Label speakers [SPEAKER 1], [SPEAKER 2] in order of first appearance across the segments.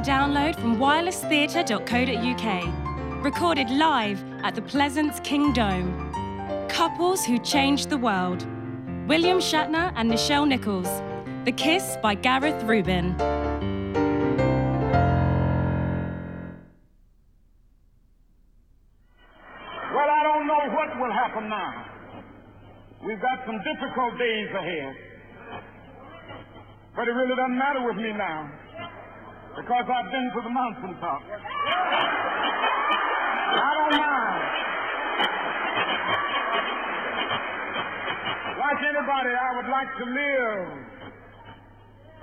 [SPEAKER 1] download from wirelesstheatre.co.uk. Recorded live at the Pleasance King Dome. Couples who changed the world. William Shatner and Nichelle Nichols. The Kiss by Gareth Rubin.
[SPEAKER 2] Well, I don't know what will happen now. We've got some difficult days ahead. But it really doesn't matter with me now. Because I've been to the mountaintop. I don't mind. Like anybody, I would like to live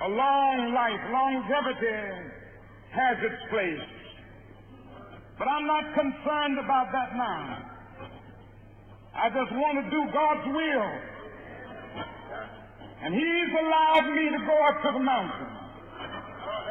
[SPEAKER 2] a long life. Longevity has its place. But I'm not concerned about that now. I just want to do God's will. And He's allowed me to go up to the mountain.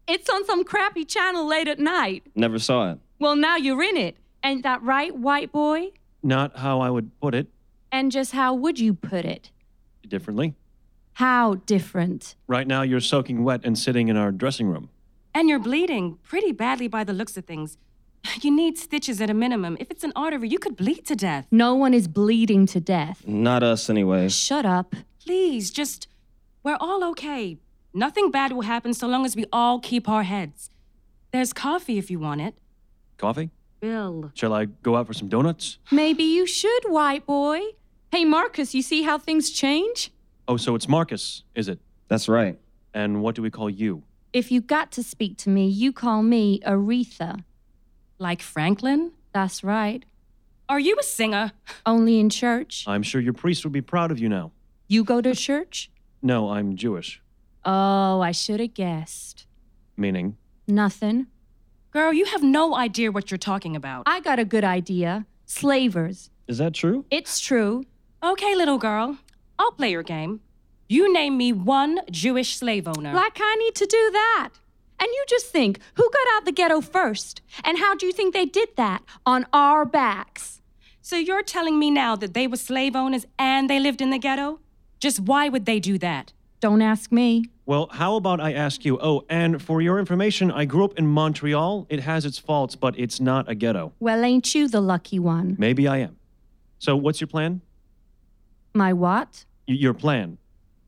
[SPEAKER 3] It's on some crappy channel late at night.
[SPEAKER 4] Never saw it.
[SPEAKER 3] Well, now you're in it. Ain't that right, white boy?
[SPEAKER 5] Not how I would put it
[SPEAKER 3] And just how would you put it?
[SPEAKER 5] differently.
[SPEAKER 3] How different?
[SPEAKER 5] Right now, you're soaking wet and sitting in our dressing room.
[SPEAKER 1] And you're bleeding pretty badly by the looks of things. You need stitches at a minimum. If it's an artery, you could bleed to death.
[SPEAKER 3] No one is bleeding to death.
[SPEAKER 4] Not us anyway.
[SPEAKER 3] Shut up.
[SPEAKER 1] Please, just. We're all okay. Nothing bad will happen so long as we all keep our heads. There's coffee if you want it.
[SPEAKER 5] Coffee?
[SPEAKER 1] Bill.
[SPEAKER 5] Shall I go out for some donuts?
[SPEAKER 3] Maybe you should, white boy. Hey, Marcus, you see how things change?
[SPEAKER 5] Oh, so it's Marcus, is it?
[SPEAKER 4] That's right.
[SPEAKER 5] And what do we call you?
[SPEAKER 3] If you got to speak to me, you call me Aretha.
[SPEAKER 1] Like Franklin?
[SPEAKER 3] That's right.
[SPEAKER 1] Are you a singer?
[SPEAKER 3] Only in church.
[SPEAKER 5] I'm sure your priest would be proud of you now.
[SPEAKER 3] You go to church?
[SPEAKER 5] No, I'm Jewish.
[SPEAKER 3] Oh, I should have guessed.
[SPEAKER 5] Meaning,
[SPEAKER 3] Nothing.
[SPEAKER 1] Girl, you have no idea what you're talking about.
[SPEAKER 3] I got a good idea. Slavers.
[SPEAKER 4] Is that true?
[SPEAKER 3] It's true.
[SPEAKER 1] Okay, little girl. I'll play your game. You name me one Jewish slave owner.
[SPEAKER 3] Like I need to do that. And you just think, who got out the ghetto first? And how do you think they did that? On our backs.
[SPEAKER 1] so you're telling me now that they were slave owners and they lived in the ghetto? Just why would they do that?
[SPEAKER 3] Don't ask me.
[SPEAKER 5] well, how about I ask you? Oh, and for your information, I grew up in Montreal. It has its faults, but it's not a ghetto.
[SPEAKER 3] Well, ain't you the lucky one?
[SPEAKER 5] Maybe I am. So, what's your plan?
[SPEAKER 3] My what?
[SPEAKER 5] Y- your plan?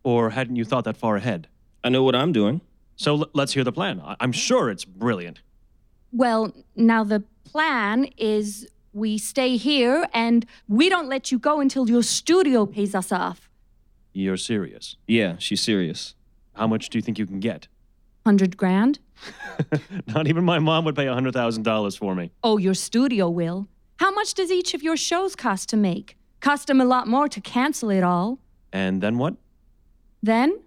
[SPEAKER 5] Or hadn't you thought that far ahead?
[SPEAKER 4] I know what I'm doing.
[SPEAKER 5] So, l- let's hear the plan. I- I'm sure it's brilliant.
[SPEAKER 3] Well, now the plan is we stay here and we don't let you go until your studio pays us off.
[SPEAKER 5] You're serious.
[SPEAKER 4] Yeah, she's serious.
[SPEAKER 5] How much do you think you can get?
[SPEAKER 3] Hundred grand?
[SPEAKER 5] Not even my mom would pay $100,000 for me.
[SPEAKER 3] Oh, your studio will. How much does each of your shows cost to make? Cost them a lot more to cancel it all.
[SPEAKER 5] And then what?
[SPEAKER 3] Then,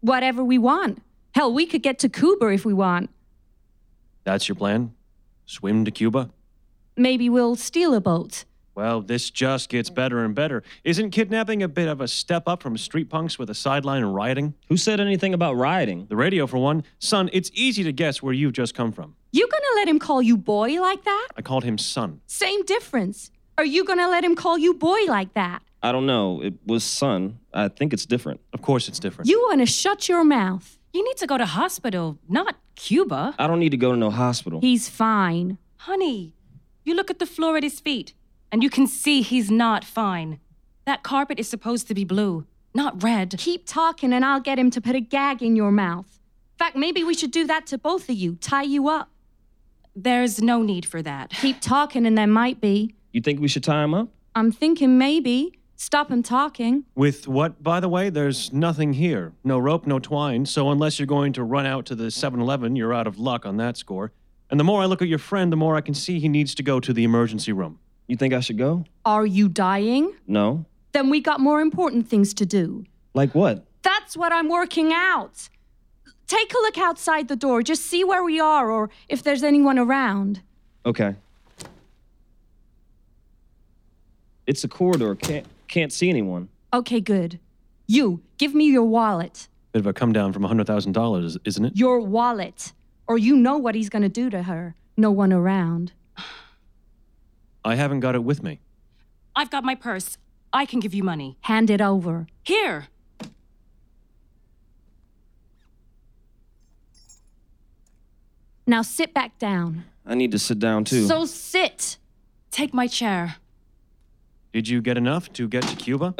[SPEAKER 3] whatever we want. Hell, we could get to Cuba if we want.
[SPEAKER 5] That's your plan? Swim to Cuba?
[SPEAKER 3] Maybe we'll steal a boat.
[SPEAKER 5] Well, this just gets better and better. Isn't kidnapping a bit of a step up from street punks with a sideline and rioting?
[SPEAKER 4] Who said anything about rioting?
[SPEAKER 5] The radio, for one. Son, it's easy to guess where you've just come from.
[SPEAKER 3] You gonna let him call you boy like that?
[SPEAKER 5] I called him son.
[SPEAKER 3] Same difference. Are you gonna let him call you boy like that?
[SPEAKER 4] I don't know. It was sun. I think it's different.
[SPEAKER 5] Of course, it's different.
[SPEAKER 3] You wanna shut your mouth.
[SPEAKER 1] You need to go to hospital, not Cuba.
[SPEAKER 4] I don't need to go to no hospital.
[SPEAKER 3] He's fine.
[SPEAKER 1] Honey, you look at the floor at his feet, and you can see he's not fine. That carpet is supposed to be blue, not red.
[SPEAKER 3] Keep talking and I'll get him to put a gag in your mouth. In fact, maybe we should do that to both of you, tie you up.
[SPEAKER 1] There's no need for that.
[SPEAKER 3] Keep talking and there might be.
[SPEAKER 4] You think we should tie him up?
[SPEAKER 3] I'm thinking maybe. Stop him talking.
[SPEAKER 5] With what, by the way? There's nothing here. No rope, no twine. So, unless you're going to run out to the 7 Eleven, you're out of luck on that score. And the more I look at your friend, the more I can see he needs to go to the emergency room.
[SPEAKER 4] You think I should go?
[SPEAKER 3] Are you dying?
[SPEAKER 4] No.
[SPEAKER 3] Then we got more important things to do.
[SPEAKER 4] Like what?
[SPEAKER 3] That's what I'm working out. Take a look outside the door. Just see where we are or if there's anyone around.
[SPEAKER 4] Okay. It's a corridor. Can't can't see anyone.
[SPEAKER 3] Okay, good. You, give me your wallet.
[SPEAKER 5] Bit of a come down from $100,000, isn't it?
[SPEAKER 3] Your wallet. Or you know what he's gonna do to her. No one around.
[SPEAKER 5] I haven't got it with me.
[SPEAKER 1] I've got my purse. I can give you money.
[SPEAKER 3] Hand it over.
[SPEAKER 1] Here.
[SPEAKER 3] Now sit back down.
[SPEAKER 4] I need to sit down too.
[SPEAKER 3] So sit.
[SPEAKER 1] Take my chair.
[SPEAKER 5] Did you get enough to get to Cuba?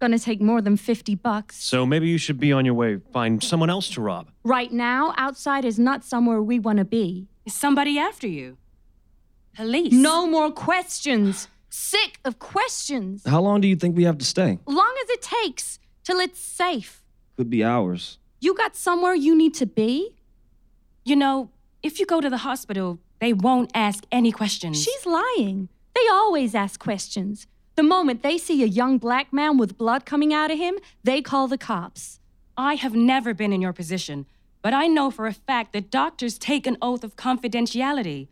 [SPEAKER 3] Gonna take more than 50 bucks.
[SPEAKER 5] so maybe you should be on your way, find someone else to rob.
[SPEAKER 3] Right now, outside is not somewhere we wanna be.
[SPEAKER 1] Is somebody after you? Police.
[SPEAKER 3] No more questions. Sick of questions.
[SPEAKER 4] How long do you think we have to stay?
[SPEAKER 3] Long as it takes till it's safe.
[SPEAKER 4] Could be hours.
[SPEAKER 3] You got somewhere you need to be?
[SPEAKER 1] You know, if you go to the hospital, they won't ask any questions.
[SPEAKER 3] She's lying. They always ask questions. The moment they see a young black man with blood coming out of him, they call the cops.
[SPEAKER 1] I have never been in your position, but I know for a fact that doctors take an oath of confidentiality.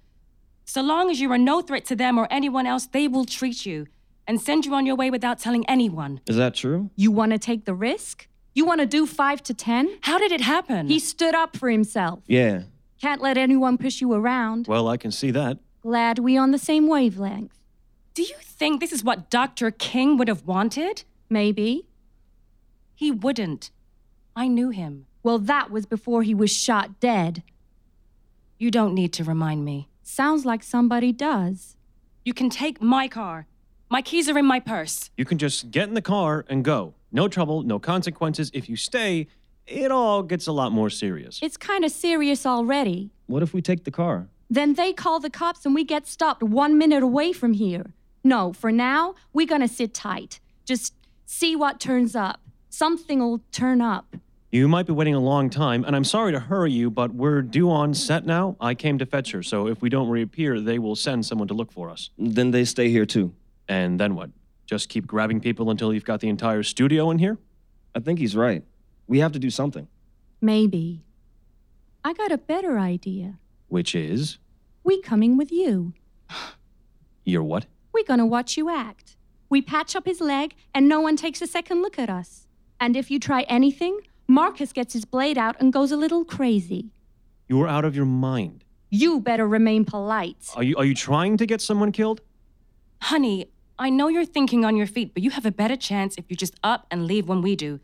[SPEAKER 1] So long as you are no threat to them or anyone else, they will treat you and send you on your way without telling anyone.
[SPEAKER 4] Is that true?
[SPEAKER 3] You want to take the risk? You want to do five to ten?
[SPEAKER 1] How did it happen?
[SPEAKER 3] He stood up for himself.
[SPEAKER 4] Yeah.
[SPEAKER 3] Can't let anyone push you around.
[SPEAKER 5] Well, I can see that.
[SPEAKER 3] Glad we on the same wavelength.
[SPEAKER 1] Do you think this is what Dr. King would have wanted?
[SPEAKER 3] Maybe.
[SPEAKER 1] He wouldn't. I knew him.
[SPEAKER 3] Well, that was before he was shot dead.
[SPEAKER 1] You don't need to remind me.
[SPEAKER 3] Sounds like somebody does.
[SPEAKER 1] You can take my car. My keys are in my purse.
[SPEAKER 5] You can just get in the car and go. No trouble, no consequences. If you stay, it all gets a lot more serious.
[SPEAKER 3] It's kind of serious already.
[SPEAKER 4] What if we take the car?
[SPEAKER 3] Then they call the cops and we get stopped one minute away from here. No, for now, we're gonna sit tight. Just see what turns up. Something'll turn up.
[SPEAKER 5] You might be waiting a long time, and I'm sorry to hurry you, but we're due on set now. I came to fetch her, so if we don't reappear, they will send someone to look for us.
[SPEAKER 4] Then they stay here too.
[SPEAKER 5] And then what? Just keep grabbing people until you've got the entire studio in here?
[SPEAKER 4] I think he's right. We have to do something.
[SPEAKER 3] Maybe. I got a better idea.
[SPEAKER 5] Which is,
[SPEAKER 3] We coming with you.
[SPEAKER 5] you're what?
[SPEAKER 3] We're gonna watch you act. We patch up his leg and no one takes a second look at us. And if you try anything, Marcus gets his blade out and goes a little crazy.
[SPEAKER 5] You're out of your mind.
[SPEAKER 3] You better remain polite.
[SPEAKER 5] Are you, are you trying to get someone killed?
[SPEAKER 1] Honey, I know you're thinking on your feet, but you have a better chance if you just up and leave when we do.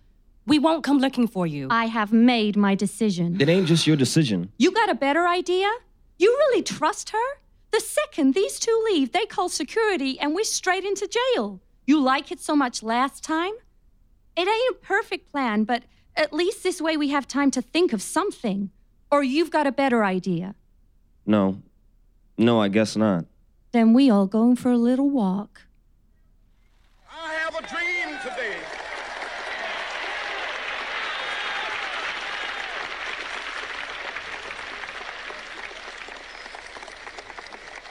[SPEAKER 1] We won't come looking for you.
[SPEAKER 3] I have made my decision.
[SPEAKER 4] It ain't just your decision.
[SPEAKER 3] You got a better idea? You really trust her? The second these two leave, they call security and we're straight into jail. You like it so much last time? It ain't a perfect plan, but at least this way we have time to think of something. Or you've got a better idea.
[SPEAKER 4] No. No, I guess not.
[SPEAKER 3] Then we all going for a little walk.
[SPEAKER 2] I have a dream today.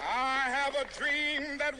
[SPEAKER 2] I have a dream that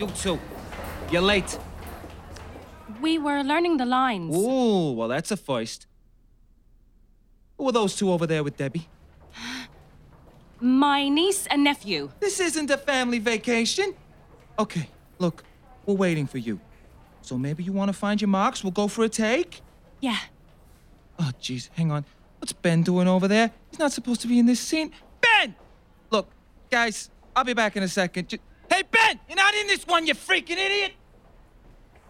[SPEAKER 6] You two, you're late.
[SPEAKER 1] we were learning the lines.
[SPEAKER 6] Ooh, well, that's a first. Who are those two over there with Debbie?
[SPEAKER 1] My niece and nephew.
[SPEAKER 6] This isn't a family vacation. Okay, look, we're waiting for you. So maybe you want to find your marks? We'll go for a take?
[SPEAKER 1] Yeah.
[SPEAKER 6] Oh, jeez, hang on. What's Ben doing over there? He's not supposed to be in this scene. Ben! Look, guys, I'll be back in a second. Ju- hey, Ben! You're not in this one, you freaking idiot!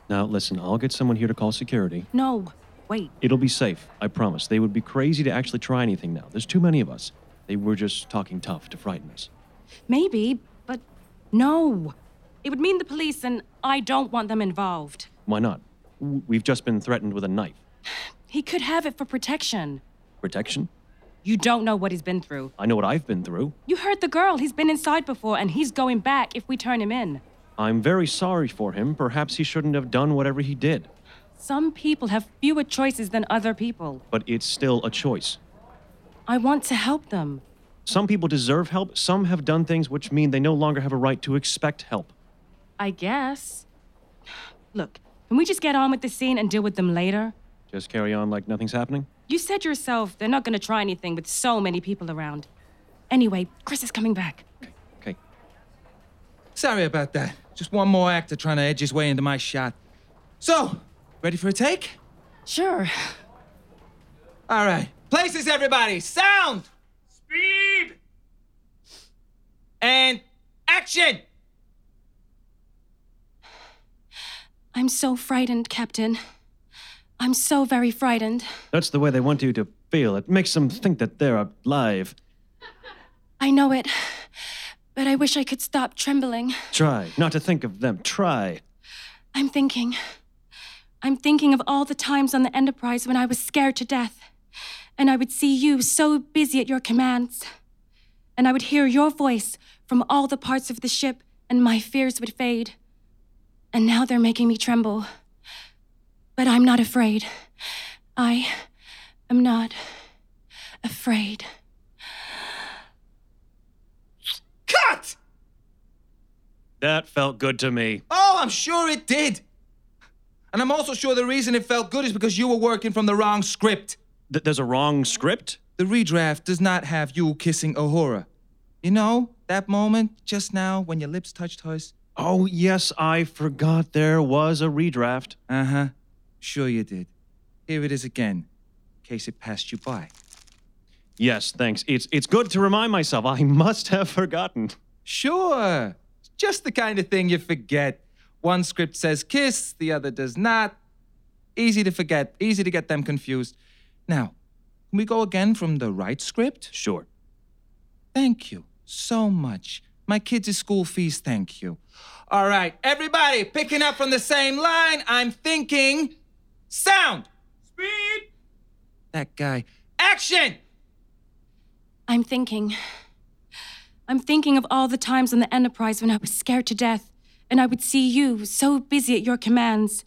[SPEAKER 5] Now, listen, I'll get someone here to call security.
[SPEAKER 1] No. Wait.
[SPEAKER 5] It'll be safe, I promise. They would be crazy to actually try anything now. There's too many of us. They were just talking tough to frighten us.
[SPEAKER 1] Maybe, but no. It would mean the police, and I don't want them involved.
[SPEAKER 5] Why not? W- We've just been threatened with a knife.
[SPEAKER 1] He could have it for protection.
[SPEAKER 5] Protection?
[SPEAKER 1] You don't know what he's been through.
[SPEAKER 5] I know what I've been through.
[SPEAKER 1] You heard the girl. He's been inside before, and he's going back if we turn him in.
[SPEAKER 5] I'm very sorry for him. Perhaps he shouldn't have done whatever he did,
[SPEAKER 1] Some people have fewer choices than other people.
[SPEAKER 5] but it's still a choice.
[SPEAKER 1] I want to help them.
[SPEAKER 5] Some people deserve help, some have done things which mean they no longer have a right to expect help.
[SPEAKER 1] I guess. Look, can we just get on with the scene and deal with them later?
[SPEAKER 5] Just carry on like nothing's happening?
[SPEAKER 1] You said yourself they're not going to try anything with so many people around. Anyway, Chris is coming back.
[SPEAKER 5] Okay.
[SPEAKER 6] Sorry about that. Just one more actor trying to edge his way into my shot. So, ready for a take?
[SPEAKER 1] Sure.
[SPEAKER 6] All right. Places, everybody. Sound. Speed. And action.
[SPEAKER 1] I'm so frightened, Captain. I'm so very frightened.
[SPEAKER 5] That's the way they want you to feel. It makes them think that they're alive.
[SPEAKER 1] I know it, but I wish I could stop trembling.
[SPEAKER 5] Try not to think of them. Try.
[SPEAKER 1] I'm thinking. I'm thinking of all the times on the Enterprise when I was scared to death, and I would see you so busy at your commands, and I would hear your voice from all the parts of the ship, and my fears would fade. And now they're making me tremble. But I'm not afraid. I am not afraid.
[SPEAKER 6] Cut.
[SPEAKER 5] That felt good to me.
[SPEAKER 6] Oh, I'm sure it did. And I'm also sure the reason it felt good is because you were working from the wrong script.
[SPEAKER 5] Th- there's a wrong script?
[SPEAKER 6] The redraft does not have you kissing Ahura. You know, that moment just now when your lips touched hers.
[SPEAKER 5] Oh, yes, I forgot there was a redraft.
[SPEAKER 6] Uh huh. Sure you did. Here it is again, in case it passed you by.
[SPEAKER 5] Yes, thanks. It's it's good to remind myself. I must have forgotten.
[SPEAKER 6] Sure. It's just the kind of thing you forget. One script says kiss, the other does not. Easy to forget, easy to get them confused. Now, can we go again from the right script?
[SPEAKER 5] Sure.
[SPEAKER 6] Thank you so much. My kids' school fees, thank you. All right, everybody, picking up from the same line, I'm thinking sound. Speed. That guy. Action!
[SPEAKER 1] I'm thinking. I'm thinking of all the times on the Enterprise when I was scared to death, and I would see you so busy at your commands,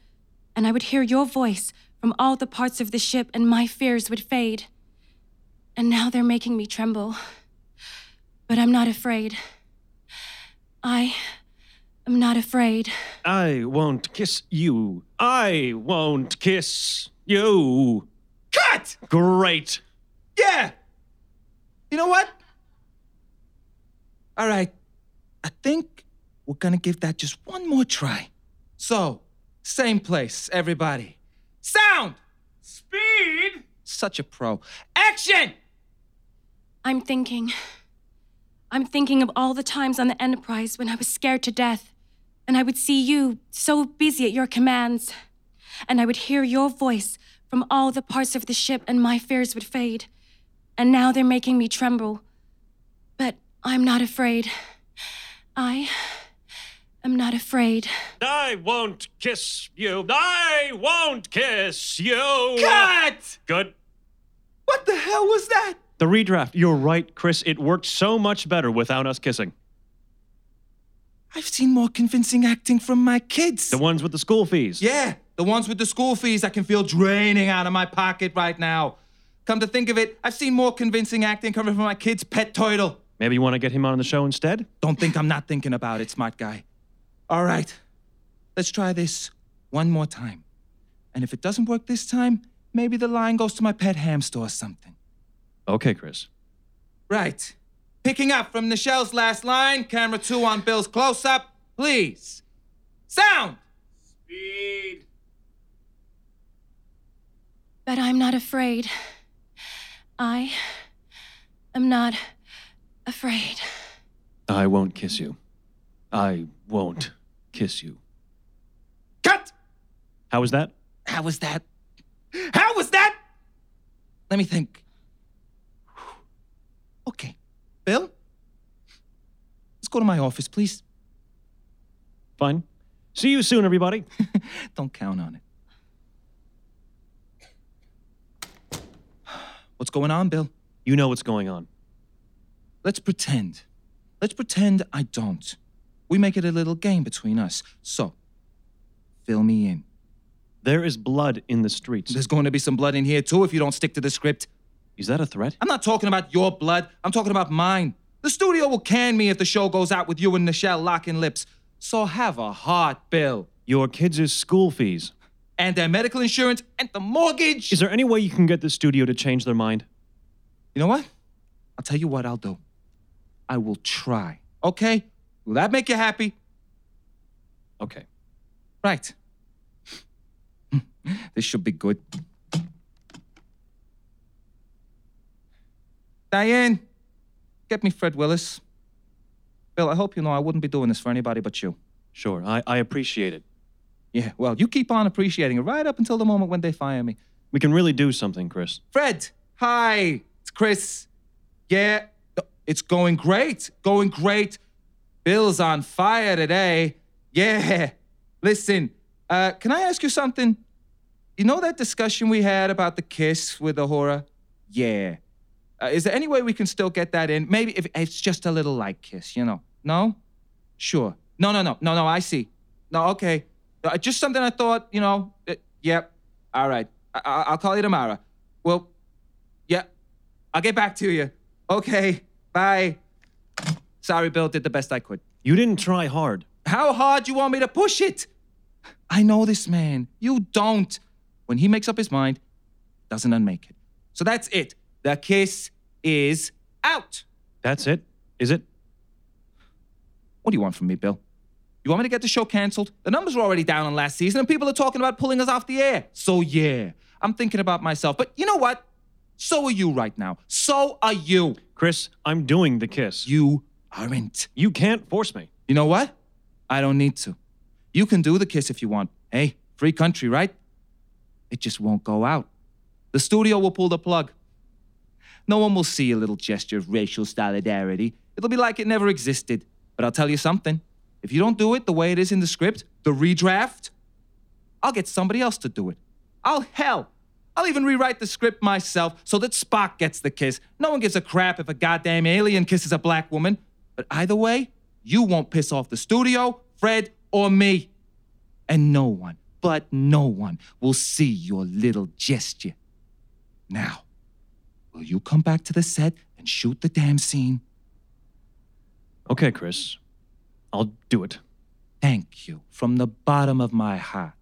[SPEAKER 1] and I would hear your voice from all the parts of the ship, and my fears would fade. And now they're making me tremble. But I'm not afraid. I am not afraid.
[SPEAKER 5] I won't kiss you. I won't kiss you.
[SPEAKER 6] Cut!
[SPEAKER 5] Great.
[SPEAKER 6] Yeah. You know what? All right. I think we're gonna give that just one more try. So, same place, everybody. Sound! Speed! Such a pro. Action!
[SPEAKER 1] I'm thinking. I'm thinking of all the times on the Enterprise when I was scared to death, and I would see you so busy at your commands, and I would hear your voice from all the parts of the ship, and my fears would fade. And now they're making me tremble. But I'm not afraid. I am not afraid.
[SPEAKER 5] I won't kiss you. I won't kiss you.
[SPEAKER 6] Cut!
[SPEAKER 5] Good.
[SPEAKER 6] What the hell was that?
[SPEAKER 5] The redraft. You're right, Chris. It worked so much better without us kissing.
[SPEAKER 6] I've seen more convincing acting from my kids.
[SPEAKER 5] The ones with the school fees.
[SPEAKER 6] Yeah, the ones with the school fees I can feel draining out of my pocket right now. Come to think of it, I've seen more convincing acting coming from my kid's pet turtle.
[SPEAKER 5] Maybe you want to get him on the show instead?
[SPEAKER 6] Don't think I'm not thinking about it, smart guy. All right, let's try this one more time. And if it doesn't work this time, maybe the line goes to my pet hamster or something.
[SPEAKER 5] Okay, Chris.
[SPEAKER 6] Right. Picking up from Nichelle's last line, camera two on Bill's close up, please. Sound!
[SPEAKER 1] But I'm not afraid. I am not afraid.
[SPEAKER 5] I won't kiss you. I won't kiss you.
[SPEAKER 6] Cut!
[SPEAKER 5] How was that?
[SPEAKER 6] How was that? How was that? Let me think. Okay. Bill? Let's go to my office, please.
[SPEAKER 5] Fine. See you soon, everybody.
[SPEAKER 6] Don't count on it. What's going on, Bill?
[SPEAKER 5] you know what's going on.
[SPEAKER 6] Let's pretend. Let's pretend I don't. We make it a little game between us. So, fill me in.
[SPEAKER 5] There is blood in the streets.
[SPEAKER 6] There's going to be some blood in here too if you don't stick to the script.
[SPEAKER 5] Is that a threat?
[SPEAKER 6] I'm not talking about your blood. I'm talking about mine. The studio will can me if the show goes out with you and Nichelle locking lips. So have a heart, Bill.
[SPEAKER 5] Your kids' school fees.
[SPEAKER 6] And their medical insurance and the mortgage.
[SPEAKER 5] Is there any way you can get the studio to change their mind?
[SPEAKER 6] You know what? I'll tell you what I'll do. I will try. Okay? Will that make you happy?
[SPEAKER 5] Okay.
[SPEAKER 6] Right. this should be good. Diane, get me Fred Willis. Bill, I hope you know I wouldn't be doing this for anybody but you.
[SPEAKER 5] Sure, I, I appreciate it.
[SPEAKER 6] Yeah, well, you keep on appreciating it right up until the moment when they fire me.
[SPEAKER 5] We can really do something, Chris.
[SPEAKER 6] Fred, hi, it's Chris. Yeah, it's going great, going great. Bill's on fire today. Yeah, listen, uh, can I ask you something? You know that discussion we had about the kiss with the horror? Yeah. Uh, is there any way we can still get that in? Maybe if it's just a little light kiss, you know? No? Sure. No, no, no, no, no. I see. No, okay. Uh, just something I thought, you know. It, yep. All right. I- I- I'll call you tomorrow. Well, yeah. I'll get back to you. Okay. Bye. Sorry, Bill. Did the best I could.
[SPEAKER 5] You didn't try hard.
[SPEAKER 6] How hard you want me to push it? I know this man. You don't. When he makes up his mind, doesn't unmake it. So that's it. The kiss is out.
[SPEAKER 5] That's it? Is it?
[SPEAKER 6] What do you want from me, Bill? You want me to get the show canceled? The numbers were already down on last season, and people are talking about pulling us off the air. So, yeah, I'm thinking about myself. But you know what? So are you right now. So are you.
[SPEAKER 5] Chris, I'm doing the kiss.
[SPEAKER 6] You aren't.
[SPEAKER 5] You can't force me.
[SPEAKER 6] You know what? I don't need to. You can do the kiss if you want. Hey, free country, right? It just won't go out. The studio will pull the plug. No one will see a little gesture of racial solidarity. It'll be like it never existed. But I'll tell you something if you don't do it the way it is in the script, the redraft, I'll get somebody else to do it. I'll hell. I'll even rewrite the script myself so that Spock gets the kiss. No one gives a crap if a goddamn alien kisses a black woman. But either way, you won't piss off the studio, Fred, or me. And no one, but no one, will see your little gesture. Now, will you come back to the set and shoot the damn scene?
[SPEAKER 5] Okay, Chris. I'll do it.
[SPEAKER 6] Thank you from the bottom of my heart.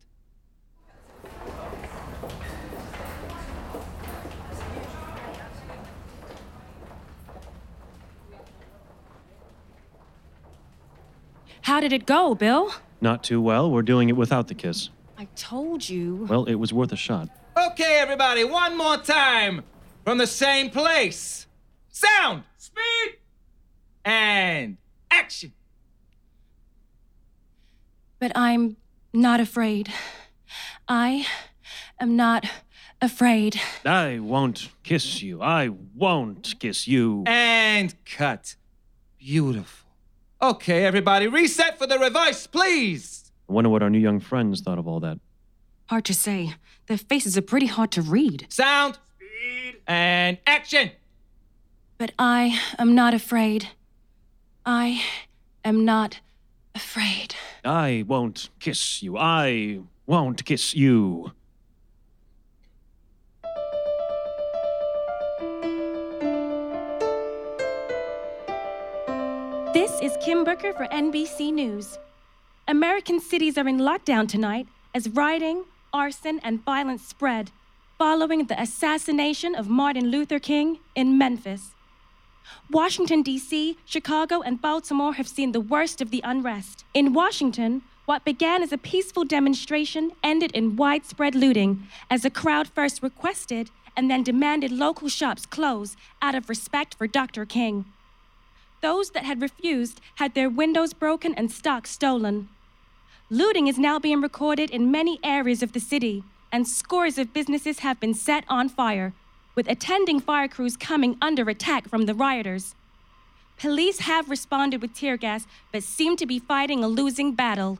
[SPEAKER 1] How did it go, Bill?
[SPEAKER 5] Not too well. We're doing it without the kiss.
[SPEAKER 1] I told you.
[SPEAKER 5] Well, it was worth a shot.
[SPEAKER 6] Okay, everybody, one more time from the same place. Sound, speed, and action.
[SPEAKER 1] But I'm not afraid. I am not afraid.
[SPEAKER 5] I won't kiss you. I won't kiss you.
[SPEAKER 6] And cut. Beautiful. Okay, everybody, reset for the reverse, please.
[SPEAKER 5] I wonder what our new young friends thought of all that.
[SPEAKER 1] Hard to say. Their faces are pretty hard to read.
[SPEAKER 6] Sound, speed, and action.
[SPEAKER 1] But I am not afraid. I am not afraid.
[SPEAKER 5] I won't kiss you. I won't kiss you.
[SPEAKER 1] This is Kim Booker for NBC News. American cities are in lockdown tonight as rioting, arson, and violence spread following the assassination of Martin Luther King in Memphis. Washington, D.C., Chicago, and Baltimore have seen the worst of the unrest. In Washington, what began as a peaceful demonstration ended in widespread looting as a crowd first requested and then demanded local shops close out of respect for Dr. King. Those that had refused had their windows broken and stock stolen. Looting is now being recorded in many areas of the city, and scores of businesses have been set on fire, with attending fire crews coming under attack from the rioters. Police have responded with tear gas, but seem to be fighting a losing battle.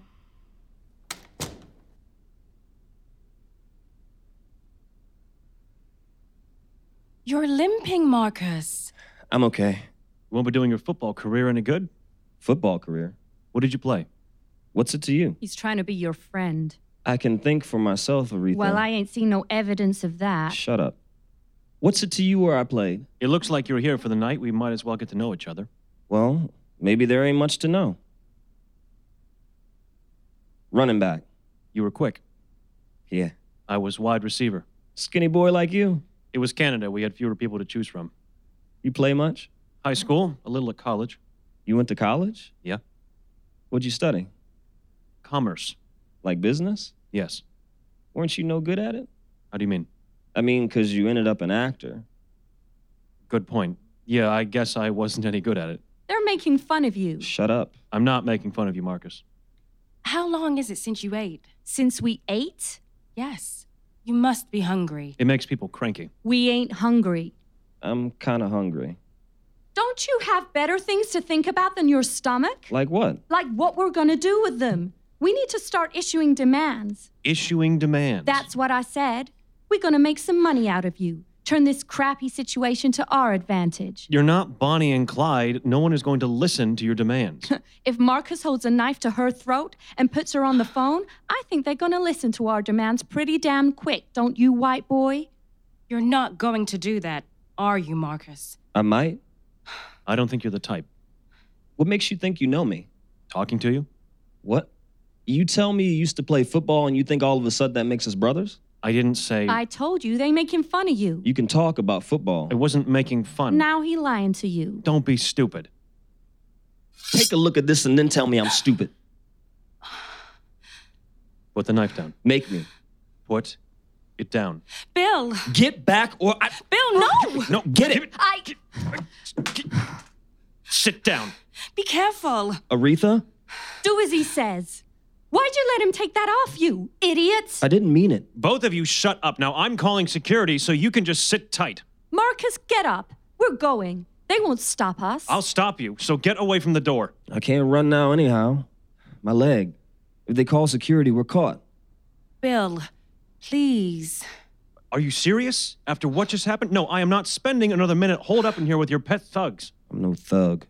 [SPEAKER 1] You're limping, Marcus.
[SPEAKER 4] I'm okay.
[SPEAKER 5] Won't be doing your football career any good.
[SPEAKER 4] Football career.
[SPEAKER 5] What did you play?
[SPEAKER 4] What's it to you?
[SPEAKER 3] He's trying to be your friend.
[SPEAKER 4] I can think for myself, Aretha.
[SPEAKER 3] Well, I ain't seen no evidence of that.
[SPEAKER 4] Shut up. What's it to you where I played?
[SPEAKER 5] It looks like you're here for the night. We might as well get to know each other.
[SPEAKER 4] Well, maybe there ain't much to know. Running back.
[SPEAKER 5] You were quick.
[SPEAKER 4] Yeah.
[SPEAKER 5] I was wide receiver.
[SPEAKER 4] Skinny boy like you.
[SPEAKER 5] It was Canada. We had fewer people to choose from.
[SPEAKER 4] You play much?
[SPEAKER 5] High school, a little at college.
[SPEAKER 4] You went to college?
[SPEAKER 5] Yeah.
[SPEAKER 4] What'd you study?
[SPEAKER 5] Commerce.
[SPEAKER 4] Like business?
[SPEAKER 5] Yes.
[SPEAKER 4] Weren't you no good at it?
[SPEAKER 5] How do you mean?
[SPEAKER 4] I mean, 'cause you ended up an actor.
[SPEAKER 5] Good point. Yeah, I guess I wasn't any good at it.
[SPEAKER 3] They're making fun of you.
[SPEAKER 4] Shut up.
[SPEAKER 5] I'm not making fun of you, Marcus.
[SPEAKER 1] How long is it since you ate?
[SPEAKER 3] Since we ate,
[SPEAKER 1] Yes. You must be hungry.
[SPEAKER 5] It makes people cranky.
[SPEAKER 3] we ain't hungry.
[SPEAKER 4] I'm kind of hungry.
[SPEAKER 3] Don't you have better things to think about than your stomach?
[SPEAKER 4] Like what?
[SPEAKER 3] Like what we're gonna do with them? We need to start issuing demands.
[SPEAKER 5] Issuing demands.
[SPEAKER 3] That's what I said. We're gonna make some money out of you. Turn this crappy situation to our advantage.
[SPEAKER 5] You're not Bonnie and Clyde. No one is going to listen to your demands.
[SPEAKER 3] If Marcus holds a knife to her throat and puts her on the phone, I think they're gonna listen to our demands pretty damn quick, don't you, white boy?
[SPEAKER 1] You're not going to do that, are you, Marcus?
[SPEAKER 4] I might.
[SPEAKER 5] I don't think you're the type.
[SPEAKER 4] What makes you think you know me?
[SPEAKER 5] Talking to you?
[SPEAKER 4] What? You tell me you used to play football and you think all of a sudden that makes us brothers?
[SPEAKER 5] I didn't say.
[SPEAKER 3] I told you they making fun of you.
[SPEAKER 4] You can talk about football.
[SPEAKER 5] I wasn't making fun.
[SPEAKER 3] Now he lying to you.
[SPEAKER 5] Don't be stupid.
[SPEAKER 4] Take a look at this and then tell me I'm stupid.
[SPEAKER 5] Put the knife down.
[SPEAKER 4] Make me.
[SPEAKER 5] Put it down.
[SPEAKER 1] Bill!
[SPEAKER 4] Get back or I.
[SPEAKER 1] Bill, no!
[SPEAKER 4] No, get it.
[SPEAKER 3] I
[SPEAKER 5] Sit down.
[SPEAKER 1] Be careful!
[SPEAKER 4] Aretha,
[SPEAKER 3] do as he says. Why'd you let him take that off you, idiots?
[SPEAKER 4] I didn't mean it.
[SPEAKER 5] Both of you shut up. Now I'm calling security so you can just sit tight.
[SPEAKER 3] Marcus, get up. We're going. They won't stop us.
[SPEAKER 5] I'll stop you, so get away from the door.
[SPEAKER 4] I can't run now, anyhow. My leg. If they call security, we're caught.
[SPEAKER 1] Bill, please.
[SPEAKER 5] Are you serious? After what just happened? No, I am not spending another minute holed up in here with your pet thugs.
[SPEAKER 4] I'm no thug.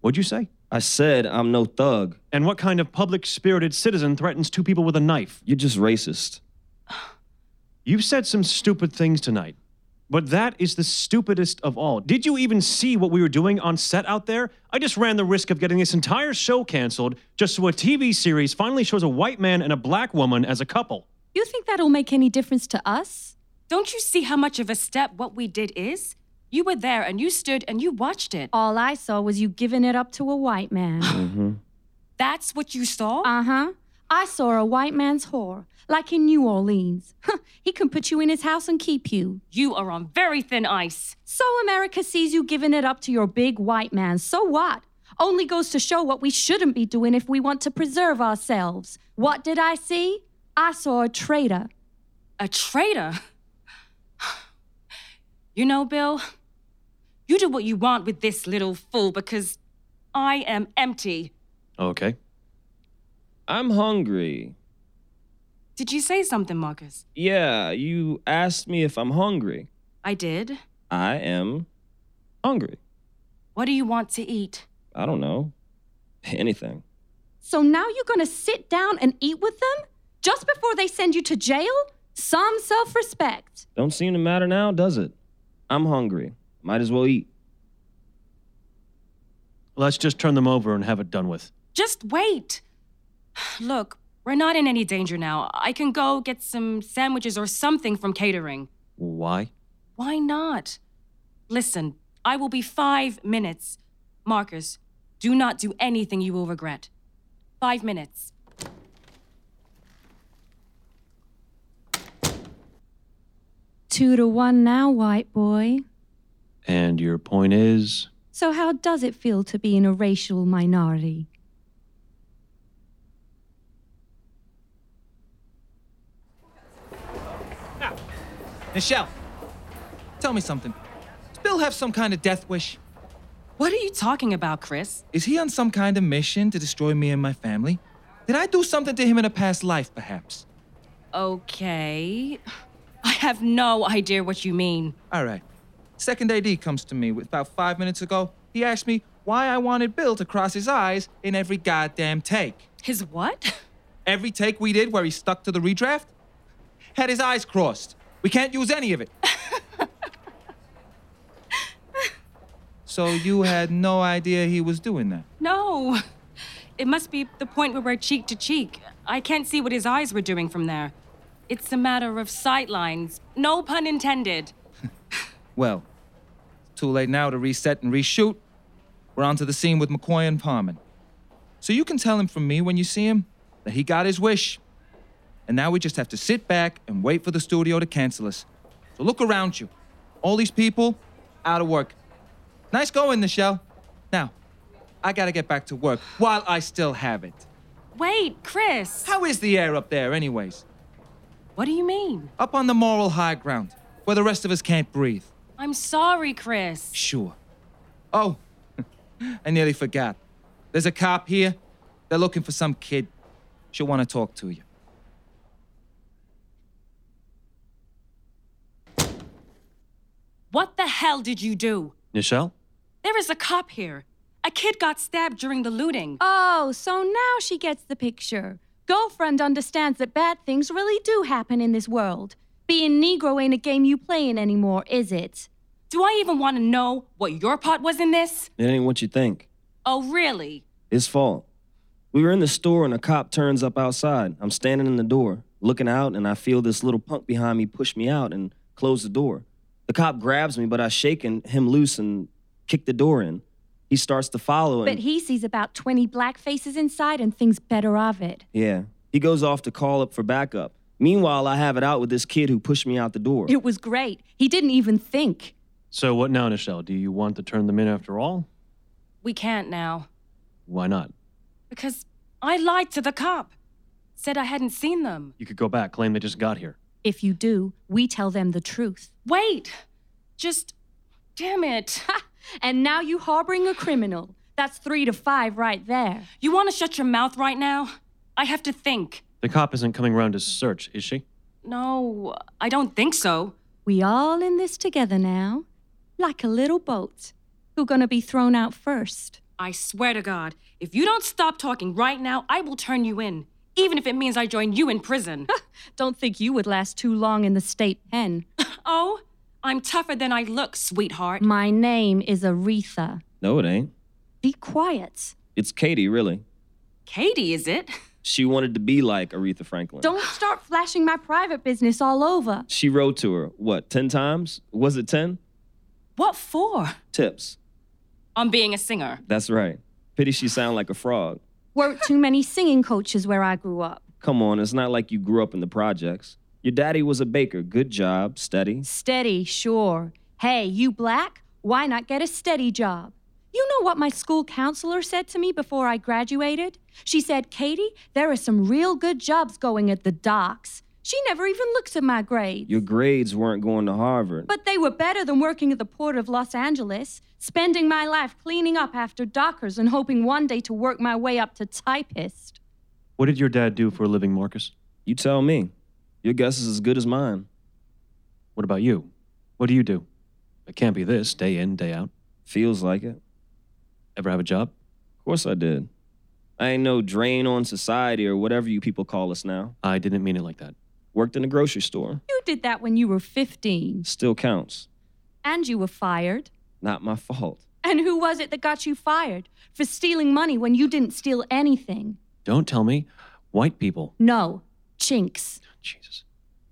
[SPEAKER 5] What'd you say?
[SPEAKER 4] I said I'm no thug.
[SPEAKER 5] And what kind of public spirited citizen threatens two people with a knife?
[SPEAKER 4] You're just racist.
[SPEAKER 5] You've said some stupid things tonight, but that is the stupidest of all. Did you even see what we were doing on set out there? I just ran the risk of getting this entire show canceled just so a TV series finally shows a white man and a black woman as a couple.
[SPEAKER 3] you think that'll make any difference to us?
[SPEAKER 1] Don't you see how much of a step what we did is? You were there and you stood and you watched it.
[SPEAKER 3] All I saw was you giving it up to a white man.
[SPEAKER 4] Mm-hmm.
[SPEAKER 1] That's what you saw?
[SPEAKER 3] Uh huh. I saw a white man's whore, like in New Orleans. he can put you in his house and keep you.
[SPEAKER 1] you are on very thin ice.
[SPEAKER 3] So America sees you giving it up to your big white man. So what? Only goes to show what we shouldn't be doing if we want to preserve ourselves. What did I see? I saw a traitor.
[SPEAKER 1] A traitor? You know, Bill, you do what you want with this little fool because I am empty.
[SPEAKER 5] Okay.
[SPEAKER 4] I'm hungry.
[SPEAKER 1] Did you say something, Marcus?
[SPEAKER 4] Yeah, you asked me if I'm hungry.
[SPEAKER 1] I did.
[SPEAKER 4] I am hungry.
[SPEAKER 1] What do you want to eat?
[SPEAKER 4] I don't know. Anything.
[SPEAKER 3] So now you're gonna sit down and eat with them? Just before they send you to jail? Some self respect.
[SPEAKER 4] Don't seem to matter now, does it? I'm hungry. Might as well eat.
[SPEAKER 5] Let's just turn them over and have it done with.
[SPEAKER 1] Just wait. Look, we're not in any danger now. I can go get some sandwiches or something from catering.
[SPEAKER 4] Why?
[SPEAKER 1] Why not? Listen, I will be five minutes. Marcus, do not do anything you will regret. Five minutes.
[SPEAKER 3] Two to one now, white boy.
[SPEAKER 5] And your point is?
[SPEAKER 3] So, how does it feel to be in a racial minority?
[SPEAKER 6] Michelle, tell me something. Does Bill have some kind of death wish?
[SPEAKER 1] What are you talking about, Chris?
[SPEAKER 6] Is he on some kind of mission to destroy me and my family? Did I do something to him in a past life, perhaps?
[SPEAKER 1] Okay. I have no idea what you mean.
[SPEAKER 6] All right. Second AD comes to me with about five minutes ago. He asked me, why I wanted Bill to cross his eyes in every goddamn take.
[SPEAKER 1] His what?
[SPEAKER 6] Every take we did where he stuck to the redraft had his eyes crossed. We can't use any of it. so you had no idea he was doing that.
[SPEAKER 1] No. It must be the point where we're cheek to cheek. I can't see what his eyes were doing from there. It's a matter of sight lines. No pun intended.
[SPEAKER 6] Well, it's too late now to reset and reshoot. We're onto the scene with McCoy and Parman. So you can tell him from me when you see him that he got his wish. And now we just have to sit back and wait for the studio to cancel us. So look around you. All these people out of work. Nice going, Nichelle. Now, I gotta get back to work while I still have it.
[SPEAKER 1] Wait, Chris.
[SPEAKER 6] How is the air up there, anyways?
[SPEAKER 1] What do you mean?
[SPEAKER 6] Up on the moral high ground, where the rest of us can't breathe.
[SPEAKER 1] I'm sorry, Chris.
[SPEAKER 6] Sure. Oh, I nearly forgot. There's a cop here. They're looking for some kid. She'll want to talk to you.
[SPEAKER 1] What the hell did you do?
[SPEAKER 5] Nichelle?
[SPEAKER 1] There is a cop here. A kid got stabbed during the looting.
[SPEAKER 3] Oh, so now she gets the picture. Girlfriend understands that bad things really do happen in this world. Being Negro ain't a game you playing anymore, is it?
[SPEAKER 1] Do I even want to know what your part was in this?
[SPEAKER 4] It ain't what you think.
[SPEAKER 1] Oh, really?
[SPEAKER 4] His fault. We were in the store and a cop turns up outside. I'm standing in the door, looking out, and I feel this little punk behind me push me out and close the door. The cop grabs me, but I shake and- him loose and kick the door in. He starts to follow and
[SPEAKER 3] But he sees about 20 black faces inside and thinks better of it.
[SPEAKER 4] yeah, he goes off to call up for backup. Meanwhile, I have it out with this kid who pushed me out the door.
[SPEAKER 3] It was great. He didn't even think.
[SPEAKER 5] So what now, Nichelle? Do you want to turn them in after all?
[SPEAKER 1] We can't now.
[SPEAKER 5] Why not?
[SPEAKER 1] Because I lied to the cop. Said I hadn't seen them.
[SPEAKER 5] You could go back, claim they just got here.
[SPEAKER 3] If you do, we tell them the truth.
[SPEAKER 1] Wait! Just. Damn it.
[SPEAKER 3] Ha! And now you harboring a criminal. That's three to five right there.
[SPEAKER 1] You want to shut your mouth right now? I have to think.
[SPEAKER 5] The cop isn't coming round to search, is she?
[SPEAKER 1] No, I don't think so.
[SPEAKER 3] We all in this together now, like a little boat. Who gonna be thrown out first?
[SPEAKER 1] I swear to God, if you don't stop talking right now, I will turn you in, even if it means I join you in prison.
[SPEAKER 3] Don't think you would last too long in the state pen.
[SPEAKER 1] oh, I'm tougher than I look, sweetheart.
[SPEAKER 3] My name is Aretha.
[SPEAKER 4] No, it ain't.
[SPEAKER 3] Be quiet.
[SPEAKER 4] It's Katie, really.
[SPEAKER 1] Katie, is it?
[SPEAKER 4] She wanted to be like Aretha Franklin.
[SPEAKER 3] Don't start flashing my private business all over.
[SPEAKER 4] She wrote to her, what, 10 times? Was it 10?
[SPEAKER 1] What for?
[SPEAKER 4] Tips.
[SPEAKER 1] I'm being a singer.
[SPEAKER 4] That's right. Pity she sound like a frog.
[SPEAKER 3] Weren't too many singing coaches where I grew up.
[SPEAKER 4] Come on, it's not like you grew up in the projects. Your daddy was a baker. Good job, steady.
[SPEAKER 3] Steady, sure. Hey, you black? Why not get a steady job? You know what my school counselor said to me before I graduated? She said, Katie, there are some real good jobs going at the docks. She never even looks at my grades.
[SPEAKER 4] Your grades weren't going to Harvard.
[SPEAKER 3] but they were better than working at the port of Los Angeles, spending my life cleaning up after dockers and hoping one day to work my way up to typist.
[SPEAKER 5] What did your dad do for a living, Marcus?
[SPEAKER 4] you tell me. Your guess is as good as mine.
[SPEAKER 5] What about you? What do you do? It can't be this, day in, day out.
[SPEAKER 4] Feels like it.
[SPEAKER 5] Ever have a job?
[SPEAKER 4] Of course I did. I ain't no drain on society or whatever you people call us now.
[SPEAKER 5] I didn't mean it like that.
[SPEAKER 4] Worked in a grocery store.
[SPEAKER 3] You did that when you were 15,
[SPEAKER 4] Still counts.
[SPEAKER 3] and you were fired.
[SPEAKER 4] Not my fault.
[SPEAKER 3] And who was it that got you fired for stealing money when you didn't steal anything?
[SPEAKER 5] Don't tell me. White people.
[SPEAKER 3] No, chinks.
[SPEAKER 5] Jesus.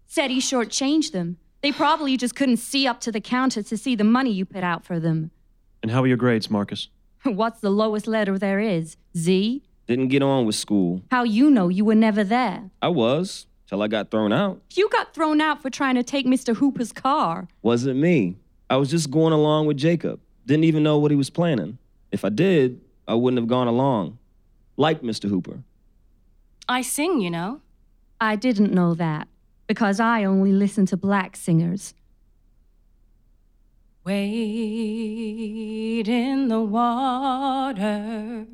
[SPEAKER 3] Said he shortchanged them. They probably just couldn't see up to the counter to see the money you put out for them.
[SPEAKER 5] And how are your grades, Marcus?
[SPEAKER 3] What's the lowest letter there is? Z?
[SPEAKER 4] Didn't get on with school.
[SPEAKER 3] How you know you were never there?
[SPEAKER 4] I was, till I got thrown out.
[SPEAKER 3] You got thrown out for trying to take Mr. Hooper's car.
[SPEAKER 4] Wasn't me. I was just going along with Jacob. Didn't even know what he was planning. If I did, I wouldn't have gone along. Like Mr. Hooper.
[SPEAKER 1] I sing, you know.
[SPEAKER 3] I didn't know that because I only listen to black singers.
[SPEAKER 1] Wade in the water.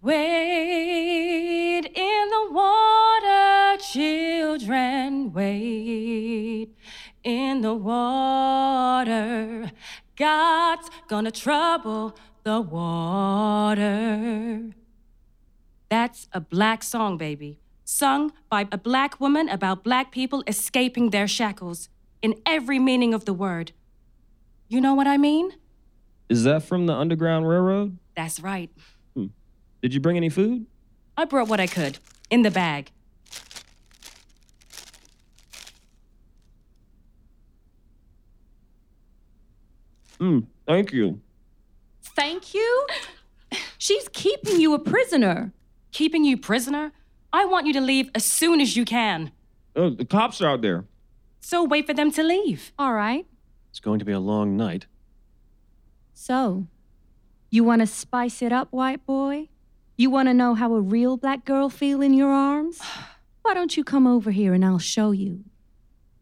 [SPEAKER 1] Wade in the water, children. Wade in the water. God's gonna trouble the water. That's a black song, baby, sung by a black woman about black people escaping their shackles in every meaning of the word. You know what I mean?
[SPEAKER 4] Is that from the Underground Railroad?
[SPEAKER 1] That's right.
[SPEAKER 4] Did you bring any food?
[SPEAKER 1] I brought what I could in the bag.
[SPEAKER 4] Mm, Thank you.
[SPEAKER 3] Thank you? She's keeping you a prisoner.
[SPEAKER 1] Keeping you prisoner? I want you to leave as soon as you can.
[SPEAKER 4] Oh, the cops are out there.
[SPEAKER 1] So wait for them to leave.
[SPEAKER 3] All right.
[SPEAKER 5] It's going to be a long night.
[SPEAKER 3] So, you want to spice it up, white boy? You want to know how a real black girl feel in your arms? Why don't you come over here and I'll show you?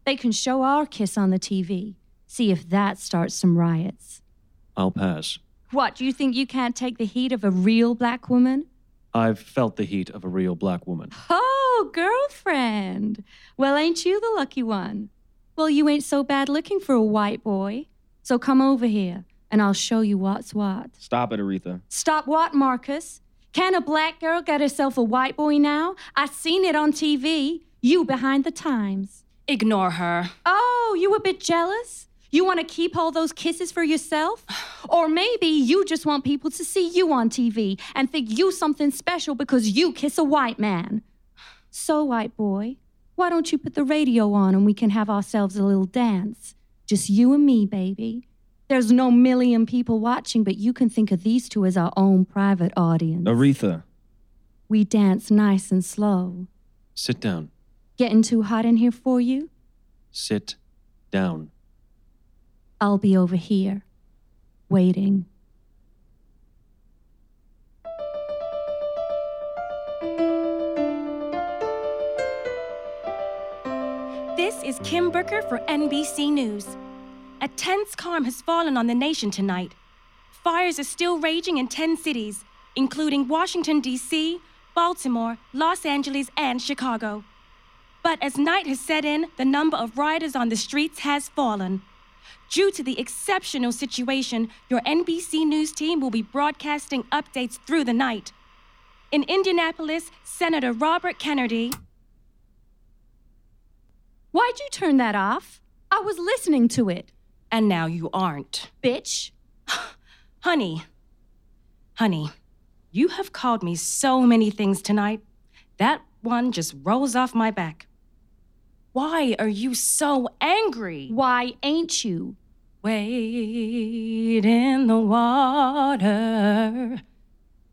[SPEAKER 3] They can show our kiss on the TV. See if that starts some riots.
[SPEAKER 5] I'll pass.
[SPEAKER 3] What, do you think you can't take the heat of a real black woman?
[SPEAKER 5] I've felt the heat of a real black woman.
[SPEAKER 3] Oh, girlfriend. Well, ain't you the lucky one? Well, you ain't so bad looking for a white boy. So come over here and I'll show you what's what.
[SPEAKER 4] Stop it, Aretha.
[SPEAKER 3] Stop what, Marcus? Can a black girl get herself a white boy now? I seen it on TV. You behind the times.
[SPEAKER 1] Ignore her.
[SPEAKER 3] Oh, you a bit jealous? You want to keep all those kisses for yourself? Or maybe you just want people to see you on TV and think you something special because you kiss a white man. So, white boy, why don't you put the radio on and we can have ourselves a little dance? Just you and me, baby. There's no million people watching, but you can think of these two as our own private audience.
[SPEAKER 4] Aretha.
[SPEAKER 3] We dance nice and slow.
[SPEAKER 5] Sit down.
[SPEAKER 3] Getting too hot in here for you?
[SPEAKER 5] Sit down.
[SPEAKER 3] I'll be over here, waiting.
[SPEAKER 1] This is Kim Booker for NBC News. A tense calm has fallen on the nation tonight. Fires are still raging in 10 cities, including Washington, D.C., Baltimore, Los Angeles, and Chicago. But as night has set in, the number of rioters on the streets has fallen. Due to the exceptional situation, your NBC News team will be broadcasting updates through the night. In Indianapolis, Senator Robert Kennedy.
[SPEAKER 3] Why'd you turn that off? I was listening to it,
[SPEAKER 1] And now you aren't.
[SPEAKER 3] bitch.
[SPEAKER 1] Honey, honey, you have called me so many things tonight. That one just rolls off my back. Why are you so angry?
[SPEAKER 3] Why ain't you?
[SPEAKER 1] Wade in the water.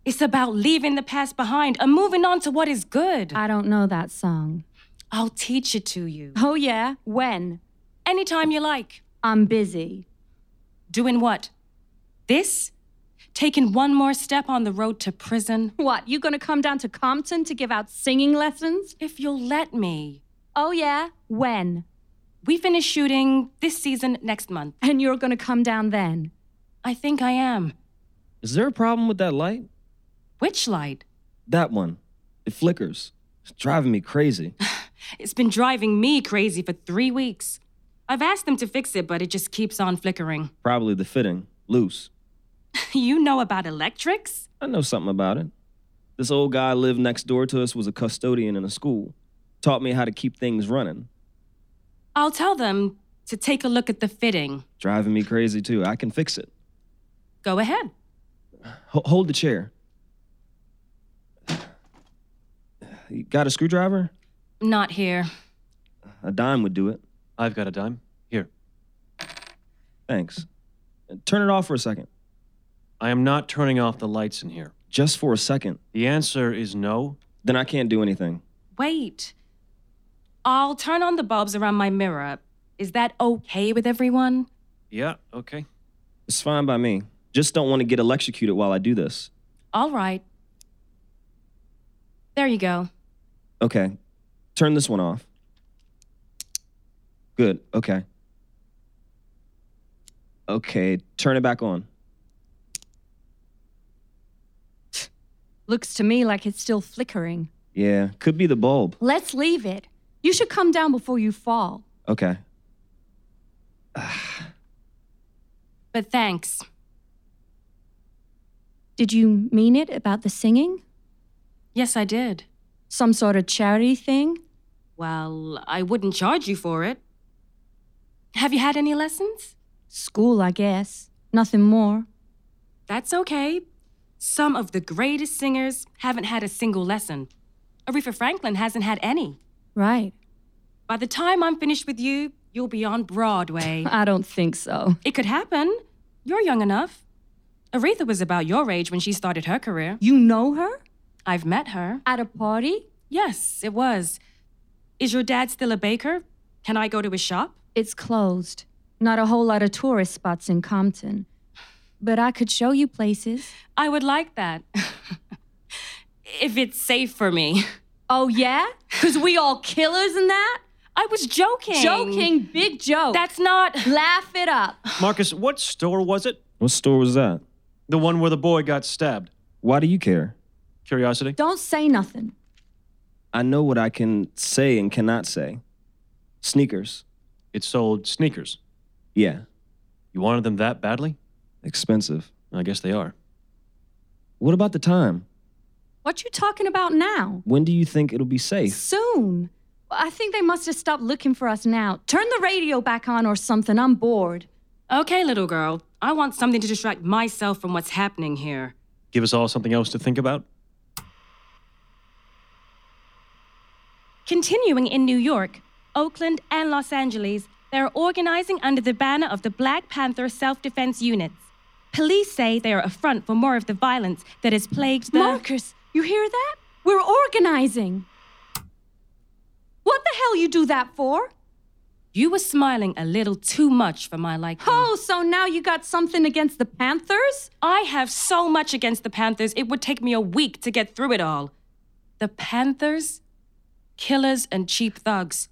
[SPEAKER 1] It's about leaving the past behind and moving on to what is good.
[SPEAKER 3] I don't know that song.
[SPEAKER 1] I'll teach it to you
[SPEAKER 3] Oh, yeah? When?
[SPEAKER 1] anytime you like.
[SPEAKER 3] I'm busy.
[SPEAKER 1] Doing what? This? Taking one more step on the road to prison?
[SPEAKER 3] What, you gonna come down to Compton to give out singing lessons?
[SPEAKER 1] If you'll let me.
[SPEAKER 3] Oh, yeah? When?
[SPEAKER 1] We finish shooting this season next month.
[SPEAKER 3] And you're gonna come down then?
[SPEAKER 1] I think I am.
[SPEAKER 4] Is there a problem with that light?
[SPEAKER 1] Which light?
[SPEAKER 4] That one. It flickers. It's driving me crazy.
[SPEAKER 1] It's been driving me crazy for three weeks. I've asked them to fix it, but it just keeps on flickering.
[SPEAKER 4] Probably the fitting. Loose.
[SPEAKER 1] you know about electrics?
[SPEAKER 4] I know something about it. This old guy lived next door to us was a custodian in a school. Taught me how to keep things running.
[SPEAKER 1] I'll tell them to take a look at the fitting.
[SPEAKER 4] Driving me crazy too. I can fix it.
[SPEAKER 1] Go ahead.
[SPEAKER 4] Ho- hold the chair. You got a screwdriver?
[SPEAKER 1] Not here.
[SPEAKER 4] A dime would do it.
[SPEAKER 5] I've got a dime. Here.
[SPEAKER 4] Thanks. Turn it off for a second.
[SPEAKER 5] I am not turning off the lights in here.
[SPEAKER 4] Just for a second.
[SPEAKER 5] The answer is no.
[SPEAKER 4] Then I can't do anything.
[SPEAKER 1] Wait. I'll turn on the bulbs around my mirror. Is that okay with everyone?
[SPEAKER 5] Yeah, okay.
[SPEAKER 4] It's fine by me. Just don't want to get electrocuted while I do this.
[SPEAKER 1] All right. There you go.
[SPEAKER 4] Okay. Turn this one off. Good. Okay. Okay. Turn it back on.
[SPEAKER 3] Looks to me like it's still flickering.
[SPEAKER 4] Yeah. Could be the bulb.
[SPEAKER 3] Let's leave it. You should come down before you fall.
[SPEAKER 4] Okay.
[SPEAKER 1] But thanks.
[SPEAKER 3] Did you mean it about the singing?
[SPEAKER 1] Yes, I did.
[SPEAKER 3] Some sort of charity thing?
[SPEAKER 1] Well, I wouldn't charge you for it. Have you had any lessons?
[SPEAKER 3] School, I guess. Nothing more.
[SPEAKER 1] That's okay. Some of the greatest singers haven't had a single lesson. Aretha Franklin hasn't had any.
[SPEAKER 3] Right.
[SPEAKER 1] By the time I'm finished with you, you'll be on Broadway.
[SPEAKER 3] I don't think so.
[SPEAKER 1] it could happen. You're young enough. Aretha was about your age when she started her career.
[SPEAKER 3] You know her?
[SPEAKER 1] I've met her.
[SPEAKER 3] At a party?
[SPEAKER 1] Yes, it was. Is your dad still a baker? Can I go to his shop?
[SPEAKER 3] It's closed. Not a whole lot of tourist spots in Compton. But I could show you places.
[SPEAKER 1] I would like that. if it's safe for me.
[SPEAKER 3] Oh, yeah? Because we all killers and that?
[SPEAKER 1] I was joking.
[SPEAKER 3] Joking, big joke.
[SPEAKER 1] That's not.
[SPEAKER 3] Laugh it up.
[SPEAKER 5] Marcus, what store was it?
[SPEAKER 4] What store was that?
[SPEAKER 5] The one where the boy got stabbed.
[SPEAKER 4] Why do you care?
[SPEAKER 5] Curiosity?
[SPEAKER 3] Don't say nothing.
[SPEAKER 4] I know what I can say and cannot say. Sneakers.
[SPEAKER 5] It sold sneakers.
[SPEAKER 4] Yeah,
[SPEAKER 5] You wanted them that badly?
[SPEAKER 4] expensive.
[SPEAKER 5] I guess they are.
[SPEAKER 4] What about the time?
[SPEAKER 3] What you talking about now?
[SPEAKER 4] When do you think it'll be safe?
[SPEAKER 3] Soon. I think they must have stopped looking for us now. Turn the radio back on or something. I'm bored.
[SPEAKER 1] Okay, little girl. I want something to distract myself from what's happening here.
[SPEAKER 5] Give us all something else to think about?
[SPEAKER 1] Continuing in New York, Oakland, and Los Angeles, they are organizing under the banner of the Black Panther Self Defense Units. Police say they are a front for more of the violence that has plagued the.
[SPEAKER 3] Marcus, you hear that? We're organizing. What the hell you do that for?
[SPEAKER 1] You were smiling a little too much for my liking.
[SPEAKER 3] Oh, so now you got something against the Panthers?
[SPEAKER 1] I have so much against the Panthers, it would take me a week to get through it all. The Panthers? Killers and cheap thugs.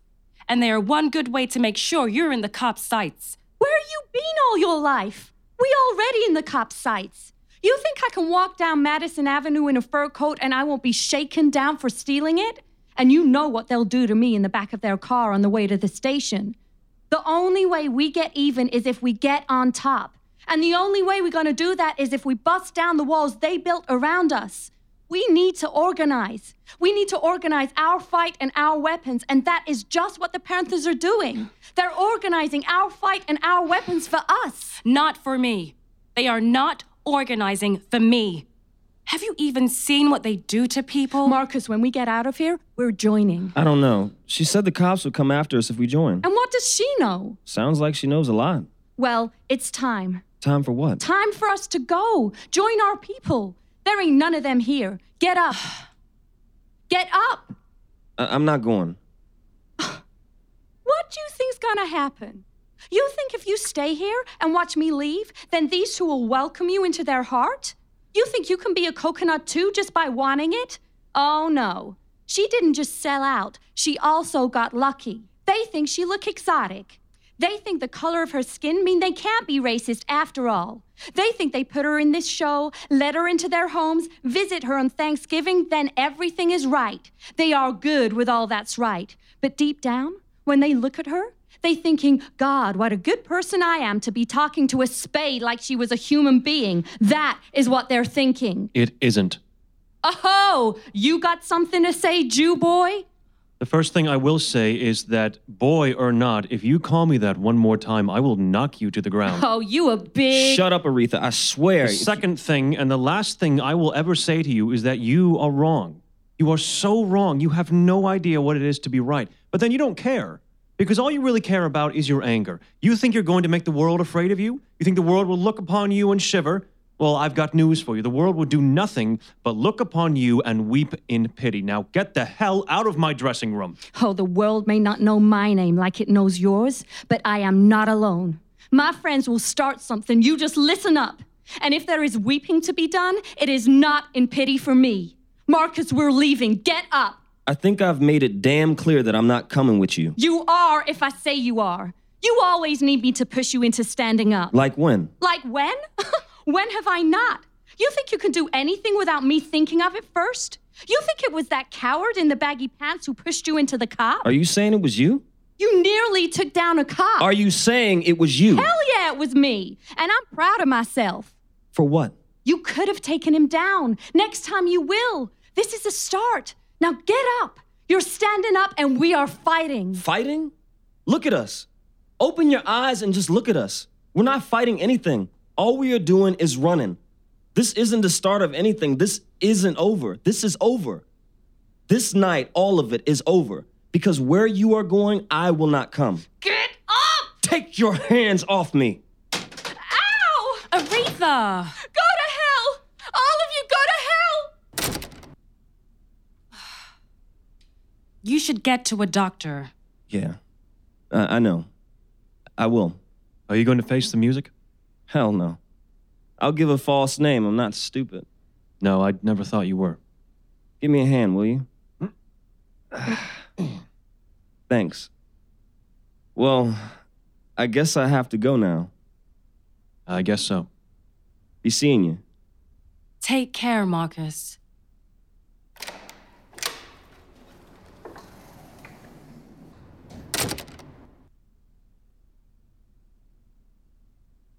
[SPEAKER 1] And they are one good way to make sure you're in the cops' sights.
[SPEAKER 3] Where you been all your life? We already in the cop sights. You think I can walk down Madison Avenue in a fur coat and I won't be shaken down for stealing it? And you know what they'll do to me in the back of their car on the way to the station. The only way we get even is if we get on top. And the only way we're going to do that is if we bust down the walls they built around us. We need to organize. We need to organize our fight and our weapons, and that is just what the Panthers are doing. They're organizing our fight and our weapons for us.
[SPEAKER 1] Not for me. They are not organizing for me. Have you even seen what they do to people?
[SPEAKER 3] Marcus, when we get out of here, we're joining.
[SPEAKER 4] I don't know. She said the cops would come after us if we join.
[SPEAKER 3] And what does she know?
[SPEAKER 4] Sounds like she knows a lot.
[SPEAKER 3] Well, it's time.
[SPEAKER 4] Time for what?
[SPEAKER 3] Time for us to go. Join our people. There ain't none of them here. Get up. Get up.
[SPEAKER 4] I- I'm not going.
[SPEAKER 3] What do you think's gonna happen? You think if you stay here and watch me leave, then these two will welcome you into their heart? You think you can be a coconut too just by wanting it? Oh no. She didn't just sell out, she also got lucky. They think she look exotic. They think the color of her skin mean they can't be racist after all. They think they put her in this show, let her into their homes, visit her on Thanksgiving, then everything is right. They are good with all that's right. But deep down, when they look at her, they thinking, God, what a good person I am to be talking to a spade like she was a human being. That is what they're thinking.
[SPEAKER 5] It isn't.
[SPEAKER 3] Oh, you got something to say, Jew boy?
[SPEAKER 5] The first thing I will say is that, boy or not, if you call me that one more time, I will knock you to the ground.
[SPEAKER 3] Oh, you a big.
[SPEAKER 4] Shut up, Aretha. I swear.
[SPEAKER 5] The second thing and the last thing I will ever say to you is that you are wrong. You are so wrong. You have no idea what it is to be right. But then you don't care because all you really care about is your anger. You think you're going to make the world afraid of you? You think the world will look upon you and shiver? Well, I've got news for you. The world will do nothing but look upon you and weep in pity. Now get the hell out of my dressing room.
[SPEAKER 3] Oh, the world may not know my name like it knows yours, but I am not alone. My friends will start something. You just listen up. And if there is weeping to be done, it is not in pity for me. Marcus, we're leaving. Get up.
[SPEAKER 4] I think I've made it damn clear that I'm not coming with you.
[SPEAKER 3] You are if I say you are. You always need me to push you into standing up.
[SPEAKER 4] Like when?
[SPEAKER 3] Like when? when have I not? You think you can do anything without me thinking of it first? You think it was that coward in the baggy pants who pushed you into the cop?
[SPEAKER 4] Are you saying it was you?
[SPEAKER 3] You nearly took down a cop.
[SPEAKER 4] Are you saying it was you?
[SPEAKER 3] Hell yeah, it was me. And I'm proud of myself.
[SPEAKER 4] For what?
[SPEAKER 3] You could have taken him down. Next time you will. This is a start. Now get up. You're standing up and we are fighting.
[SPEAKER 4] Fighting? Look at us. Open your eyes and just look at us. We're not fighting anything. All we are doing is running. This isn't the start of anything. This isn't over. This is over. This night, all of it is over because where you are going, I will not come.
[SPEAKER 3] Get up!
[SPEAKER 4] Take your hands off me.
[SPEAKER 3] Ow! Go to
[SPEAKER 1] Aretha!
[SPEAKER 3] hell! All of you go to hell!
[SPEAKER 1] You should get to a doctor.
[SPEAKER 4] Yeah, I I know. I will.
[SPEAKER 5] Are you going to face the music?
[SPEAKER 4] Hell no. I'll give a false name. I'm not stupid.
[SPEAKER 5] No, I never thought you were.
[SPEAKER 4] Give me a hand, will you? Thanks. Well, I guess I have to go now.
[SPEAKER 5] I guess so.
[SPEAKER 4] Be seeing you.
[SPEAKER 1] Take care, Marcus.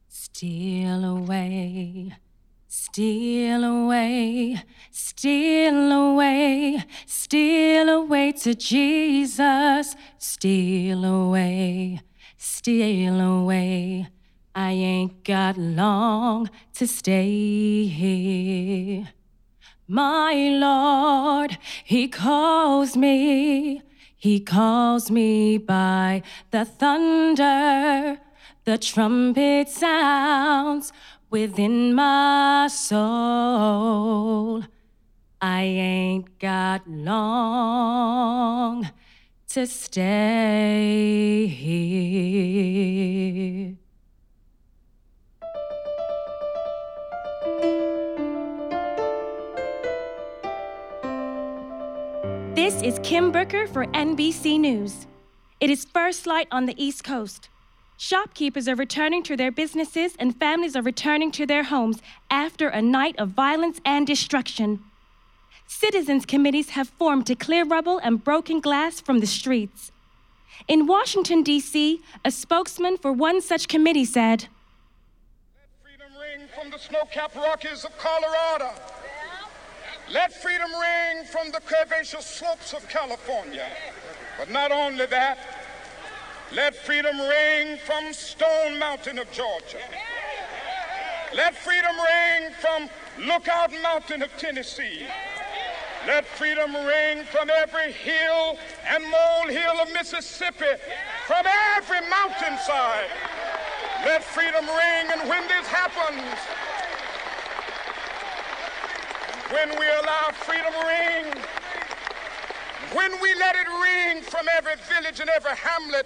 [SPEAKER 1] Steal away, steal away, steal away, steal away to Jesus. Steal away, steal away. I ain't got long to stay here. My Lord, He calls me. He calls me by the thunder. The trumpet sounds within my soul. I ain't got long to stay here. This is Kim Brooker for NBC News. It is first light on the East Coast. Shopkeepers are returning to their businesses and families are returning to their homes after a night of violence and destruction. Citizens committees have formed to clear rubble and broken glass from the streets. In Washington, D.C., a spokesman for one such committee said,
[SPEAKER 2] Freedom ring from the snow-capped Rockies of Colorado. Let freedom ring from the curvaceous slopes of California. But not only that, let freedom ring from Stone Mountain of Georgia. Let freedom ring from Lookout Mountain of Tennessee. Let freedom ring from every hill and molehill of Mississippi, from every mountainside. Let freedom ring, and when this happens, when we allow freedom ring, when we let it ring from every village and every hamlet,